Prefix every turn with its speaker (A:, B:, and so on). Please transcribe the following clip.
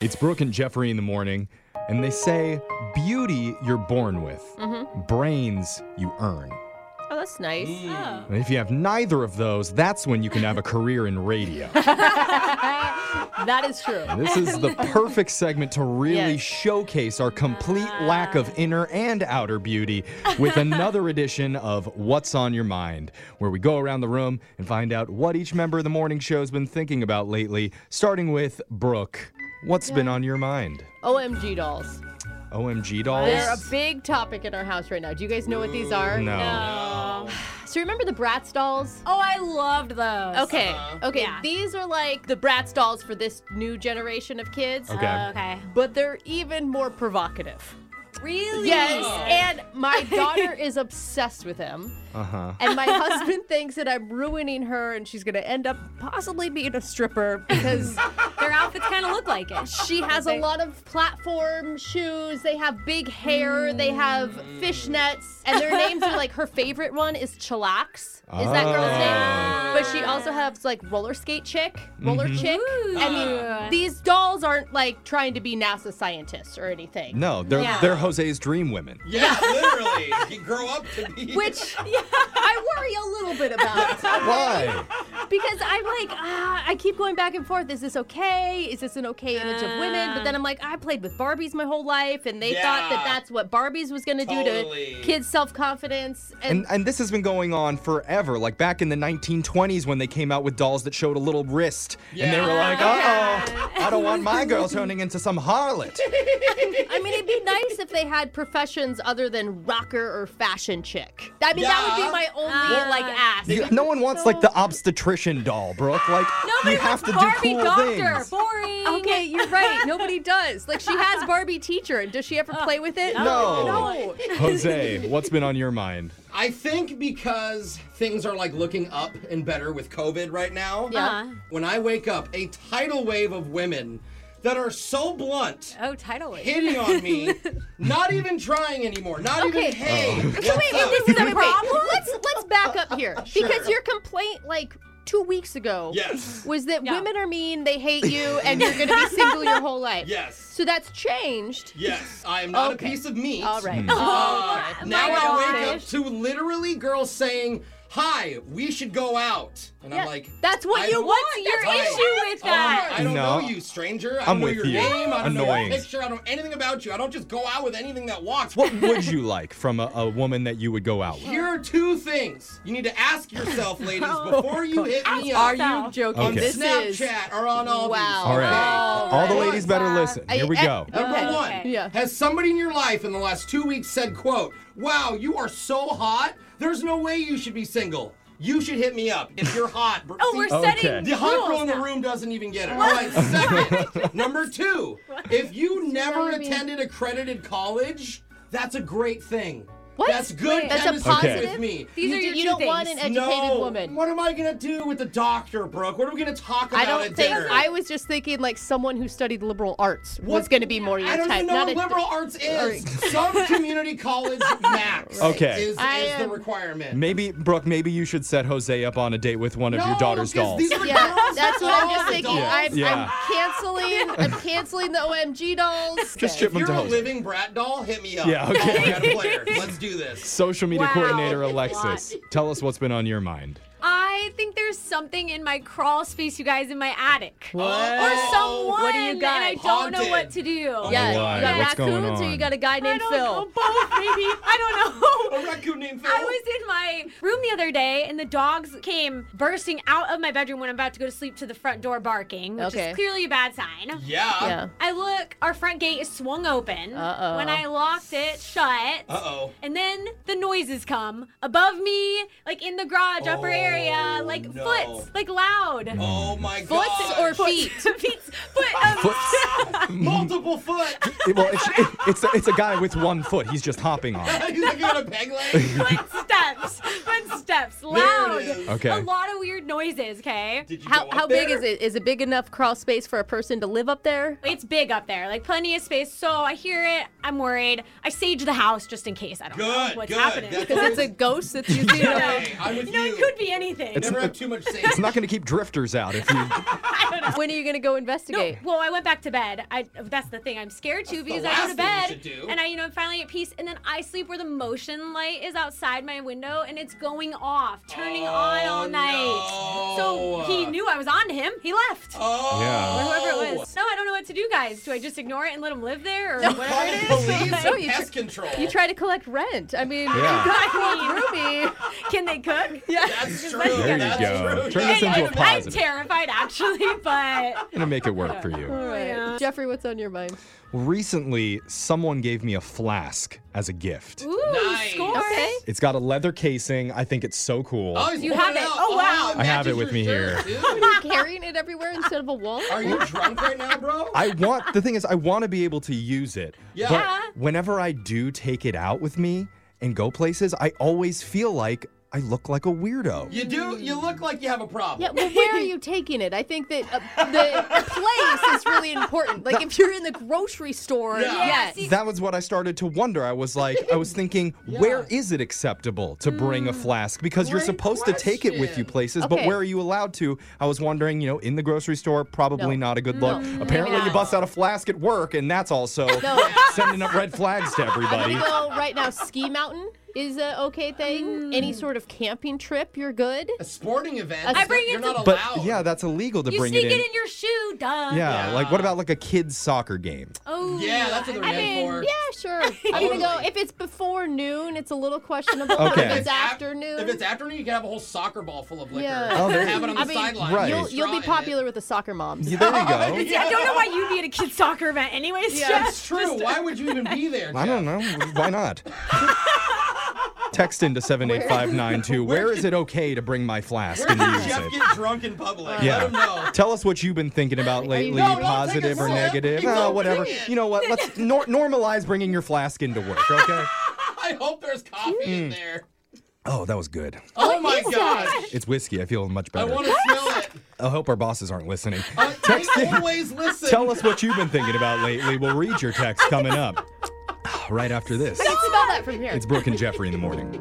A: It's Brooke and Jeffrey in the morning, and they say beauty you're born with,
B: Mm-hmm.
A: brains you earn.
B: Oh, that's nice.
A: And if you have neither of those, that's when you can have a career in radio.
B: That is true.
A: this is the perfect segment to really
B: Yes. Ah.
A: showcase our complete lack of inner and outer beauty with another edition of What's on Your Mind, where we go around the room and find out what each member of the morning show's been thinking about lately, starting with Brooke. What's been on your mind?
B: OMG dolls.
A: OMG dolls?
B: They're a big topic in our house right now. Do you guys know what these are?
A: No.
B: So remember the Bratz dolls?
C: Oh, I loved those.
A: Uh-huh.
B: Okay. Okay.
C: Yeah.
B: These are like the Bratz dolls for this new generation of kids.
A: Okay.
C: Oh, Okay.
B: But they're even more provocative.
C: Really?
B: Yes. And my daughter is obsessed with them.
A: Uh huh.
B: And my husband thinks that I'm ruining her and she's going to end up possibly being a stripper because
C: Their outfits kind of look like it.
B: She has a lot of platform shoes. They have big hair. They have fishnets. And their names are like her favorite one is Chillax. Is that girl's
A: Oh.
B: name? But she also has like roller skate chick, roller chick. I mean,
C: Ooh.
B: these dolls aren't like trying to be NASA scientists or anything.
A: No, they're
C: Yeah.
A: they're Jose's dream women.
D: Yeah, literally. You grow up to be.
B: Which I worry a little bit about
A: Why?
B: because I'm like, ah, I keep going back and forth. Is this okay? Is this an okay image of women? But then I'm like, I played with Barbies my whole life, and they thought that
D: Yeah.
B: that's what Barbies was going to do
D: Totally.
B: to kids' self confidence. And,
A: And and this has been going on forever. Like back in the 1920s when they came out with dolls that showed a little wrist, and they were
D: Yeah.
A: like, "Uh oh, I don't want my girl turning into some harlot."
B: I mean, it'd be nice if they had professions other than rocker or fashion chick. I mean, that would be
D: Yeah.
B: my only
C: Ah.
B: like ask.
A: You- no one wants like the obstetrician doll, Brooke. Like
C: Nobody
A: you have
C: wants
A: to
C: Barbie
A: do cool
C: doctor.
A: things.
C: Boring.
B: Okay, you're right. Nobody does. Like she has Barbie teacher. Does she ever play with it?
A: No.
B: No.
A: Jose, what's been on your mind?
D: I think because things are like looking up and better with COVID right now.
B: Yeah.
C: Uh-huh.
D: When I wake up, a tidal wave of women that are so blunt.
C: Oh, title it.
D: Hitting on me, not even trying anymore. Not
B: Okay.
D: even hey. what's
B: wait,
D: up?
B: this is a problem. Let's let's back up here because
D: Sure.
B: your complaint like two weeks ago
D: Yes.
B: was that
C: Yeah.
B: women are mean, they hate you, and you're going to be single your whole life.
D: Yes.
B: So that's changed.
D: Yes, I am not
B: Okay.
D: a piece of meat.
B: All right.
D: Uh,
C: Oh,
D: now
C: my
D: I wake up
C: gosh.
D: to literally girls saying, "Hi, we should go out," and
B: Yeah,
D: I'm like,
B: that's what
D: I
B: you
D: don't-
B: want.
C: What's your
D: Right.
C: issue with
D: Oh, I
C: that?
D: don't
A: No.
D: know you, stranger. I
A: I'm
D: don't know
A: with
D: your
A: you.
D: name. I don't
A: Annoying.
D: know your picture. I don't know anything about you. I don't just go out with anything that walks.
A: What would you like from a, a woman that you would go out with?
D: Here are two things you need to ask yourself, ladies, before you hit me up
B: Oh Are you joking?
D: on
A: Okay.
B: This is
D: Snapchat or on all
B: Wow.
D: these.
A: All right,
B: Oh,
A: all the
B: right.
A: ladies better
C: uh,
A: listen.
B: I-
A: Here we
B: eh,
A: go.
D: Number
B: Okay.
D: one,
B: Yeah.
D: has somebody in your life in the last two weeks said, quote, wow, you are so hot, there's no way you should be single. You should hit me up if you're hot.
C: Oh, we're
A: Okay.
C: setting
D: The hot girl
C: rules
D: in the
C: now.
D: room doesn't even get it. All right, second. Number two, if you never
B: wrong with me?
D: attended accredited college, that's a great thing.
B: What?
D: That's good
B: That's a
D: chemistry
B: positive.
D: with me.
C: These
B: you
C: are
B: do-
C: your
B: you
C: two
B: don't want an
C: things.
B: educated
D: no.
B: woman.
D: What am I gonna do with the doctor, Brooke? What are we gonna talk about
B: I don't
D: at
B: think
D: dinner?
B: I was just thinking like someone who studied liberal arts was
D: What-
B: going to be more your
D: I don't
B: type.
D: even know
B: not
D: what
B: a-
D: liberal arts is. Some community college max
A: Okay.
D: is,
B: I
D: is the
B: am-
D: requirement.
A: Maybe Brooke, maybe you should set Jose up on a date with one of your
D: No,
A: daughter's
D: 'cause
A: dolls.
D: These are
B: Yeah,
D: girls
B: that's what I'm
D: dolls,
B: just thinking.
D: dolls.
B: I'm,
A: Yeah.
B: I'm canceling. I'm canceling the OMG dolls.
A: Just
B: Okay.
A: chip
D: If you're
A: to
D: a
A: Jose.
D: living brat doll, hit me up.
A: Yeah, okay.
D: Oh, I got a player. Let's do this.
A: Social media
C: Wow.
A: coordinator Alexis, tell us what's been on your mind.
C: I think there's something in my crawl space, you guys, in my attic.
A: What?
C: Or
D: Oh.
C: someone.
B: What do you got?
C: And I don't know
D: Haunted.
C: what to do.
B: Yeah,
A: Why?
B: you got
A: What's going
B: raccoons or you
A: on?
B: got a guy
C: I
B: named
C: don't know.
B: Phil.
C: Both, maybe. I don't know.
D: A raccoon named Phil.
C: I was in my room the other day, and the dogs came bursting out of my bedroom when I'm about to go to sleep to the front door barking, which
B: Okay.
C: is clearly a bad sign.
D: yeah.
B: Yeah.
C: I look, our front gate is swung open.
B: Uh-oh.
C: When I locked it shut.
D: Uh oh.
C: And then the noises come above me, like in the garage, upper
D: Oh,
C: area, like
D: no.
C: foots, like loud.
D: Oh my god.
B: Foots or feet?
C: Feet, foot, um,
D: Multiple foot.
A: It- well, it's, it- it's, a, it's a guy with one foot. He's just hopping on it.
D: He's like, you got a peg leg?
C: foot steps. Foot steps. Loud.
D: is.
A: Okay.
C: A lot of weird noises, okay?
D: Did you
B: How
D: go up
B: how big
D: there?
B: is it? Is it big enough crawl space for a person to live up there?
C: It's big up there, like plenty of space. So I hear it. I'm worried. I sage the house just in case. I don't know
D: Good,
C: what's
D: good.
C: happening.
D: That's
B: Because it's a ghost that's usually
D: Hey, I'm with
C: you know,
D: you.
C: it could be anything.
D: Never have too much say.
A: It's not going to keep drifters out if you.
B: When are you gonna go
C: No,
B: investigate?
C: well, I went back to bed. I that's the thing. I'm scared too because I go
D: last
C: to
D: thing you
C: bed
D: should do.
C: and I, you know, I'm finally at peace. And then I sleep where the motion light is outside my window and it's going off, turning on all
D: Oh,
C: night.
D: no.
C: So he knew I was on to him. He left.
D: Oh.
A: Yeah.
C: Or whoever it was. No, I don't know what to do, guys. Do I just ignore it and let him live there, or whatever
D: Call the
C: it is?
D: police
B: No,
D: and
B: you
D: pest
B: tr-
D: control.
B: You try to collect rent. I mean,
A: Yeah.
B: Ruby.
C: Can they cook?
D: That's true.
C: There
A: you
D: That's
A: go.
D: True.
A: Turn
D: Yeah.
A: this into a
C: I'm, I'm
A: positive.
C: terrified actually, but
A: going to make it work for you.
B: All right. Jeffrey, what's on your mind?
A: Recently, someone gave me a flasque as a gift.
C: ooh,
D: Nice.
C: scores.
B: Okay.
A: It's got a leather casing. I think it's so cool.
D: Oh, he's
C: You
D: pulling
C: have it.
D: out.
C: Oh, wow.
A: I have
D: matches
A: it with
D: your
A: me
D: shirt, dude.
B: Are you carrying it everywhere instead of a wallet?
D: Are you drunk right now, bro?
A: I want the thing is I want to be able to use it.
D: Yeah. Uh-huh.
A: But whenever I do take it out with me and go places, I always feel like I look like a weirdo.
D: You do. You look like you have a problem.
B: Yeah, well, where are you taking it? I think that uh, the place is really important. Like, if you're in the grocery store,
D: Yeah.
B: yes.
C: Yeah, see-
A: That was what I started to wonder. I was like, I was thinking, where is it acceptable to bring a flask? Because you're
D: Great
A: supposed to take it with you
D: question.
A: places, but
B: Okay.
A: where are you allowed to? I was wondering, you know, in the grocery store, probably
B: No.
A: not a good look.
B: maybe
A: Apparently, you
B: not.
A: bust out a flask at work, and that's also
B: No.
A: sending up red flags to
B: I'm
A: everybody.
B: gonna go right now. Ski mountain is a okay thing. Any sort of camping trip, you're good.
D: A sporting event.
B: I
D: you're-
C: bring it
D: you're
C: to-
D: not
A: But
D: allowed.
A: yeah, that's illegal to
C: You
A: bring
C: sneak
A: it in.
C: your shoe, duh.
A: Yeah, like what about like a kids soccer game?
C: Oh.
D: Yeah, that's another
C: I
D: name
C: mean,
D: for. it.
B: Yeah, sure. I'm gonna go.
D: Totally.
B: If it's before noon, it's a little questionable.
A: Okay.
B: If it's
D: af-
B: after noon,
D: If it's afternoon, you can have a whole soccer ball full of liquor.
B: Yeah.
A: Oh, there-
D: have it on the
B: I mean,
D: sideline.
A: Right.
B: you'll, you'll
D: Straw in
B: be
D: it.
B: popular with the soccer moms.
A: Yeah, there you go.
C: Yeah, I don't know why you'd be at a kids soccer event, anyways.
B: Yeah.
C: Jeff.
D: That's true. Why would you even be there?
A: I don't know. Why not? Text into 78592. Where is it okay to bring my flask
D: Where
A: and
D: did
A: use
D: Jeff
A: it?
D: get drunk in public? Let him
A: Yeah.
D: know.
A: Tell us what you've been thinking about lately,
D: No, don't take a
A: positive or
D: sip.
A: negative.
D: Keep
A: Oh,
D: going,
A: whatever.
D: bring it.
A: You know what? Let's nor- normalize bringing your flask into work, okay?
D: I hope there's coffee
A: Hmm.
D: in there.
A: Oh, that was good.
D: Oh my gosh.
A: It's whiskey. I feel much
D: I
A: better.
D: want to smell it.
A: I hope our bosses aren't listening.
D: Uh,
A: Text
D: they
A: in.
D: always listen.
A: Tell us what you've been thinking about lately. We'll read your text coming up right after this.
B: I can smell that from here.
A: It's Brooke and Jeffrey in the morning.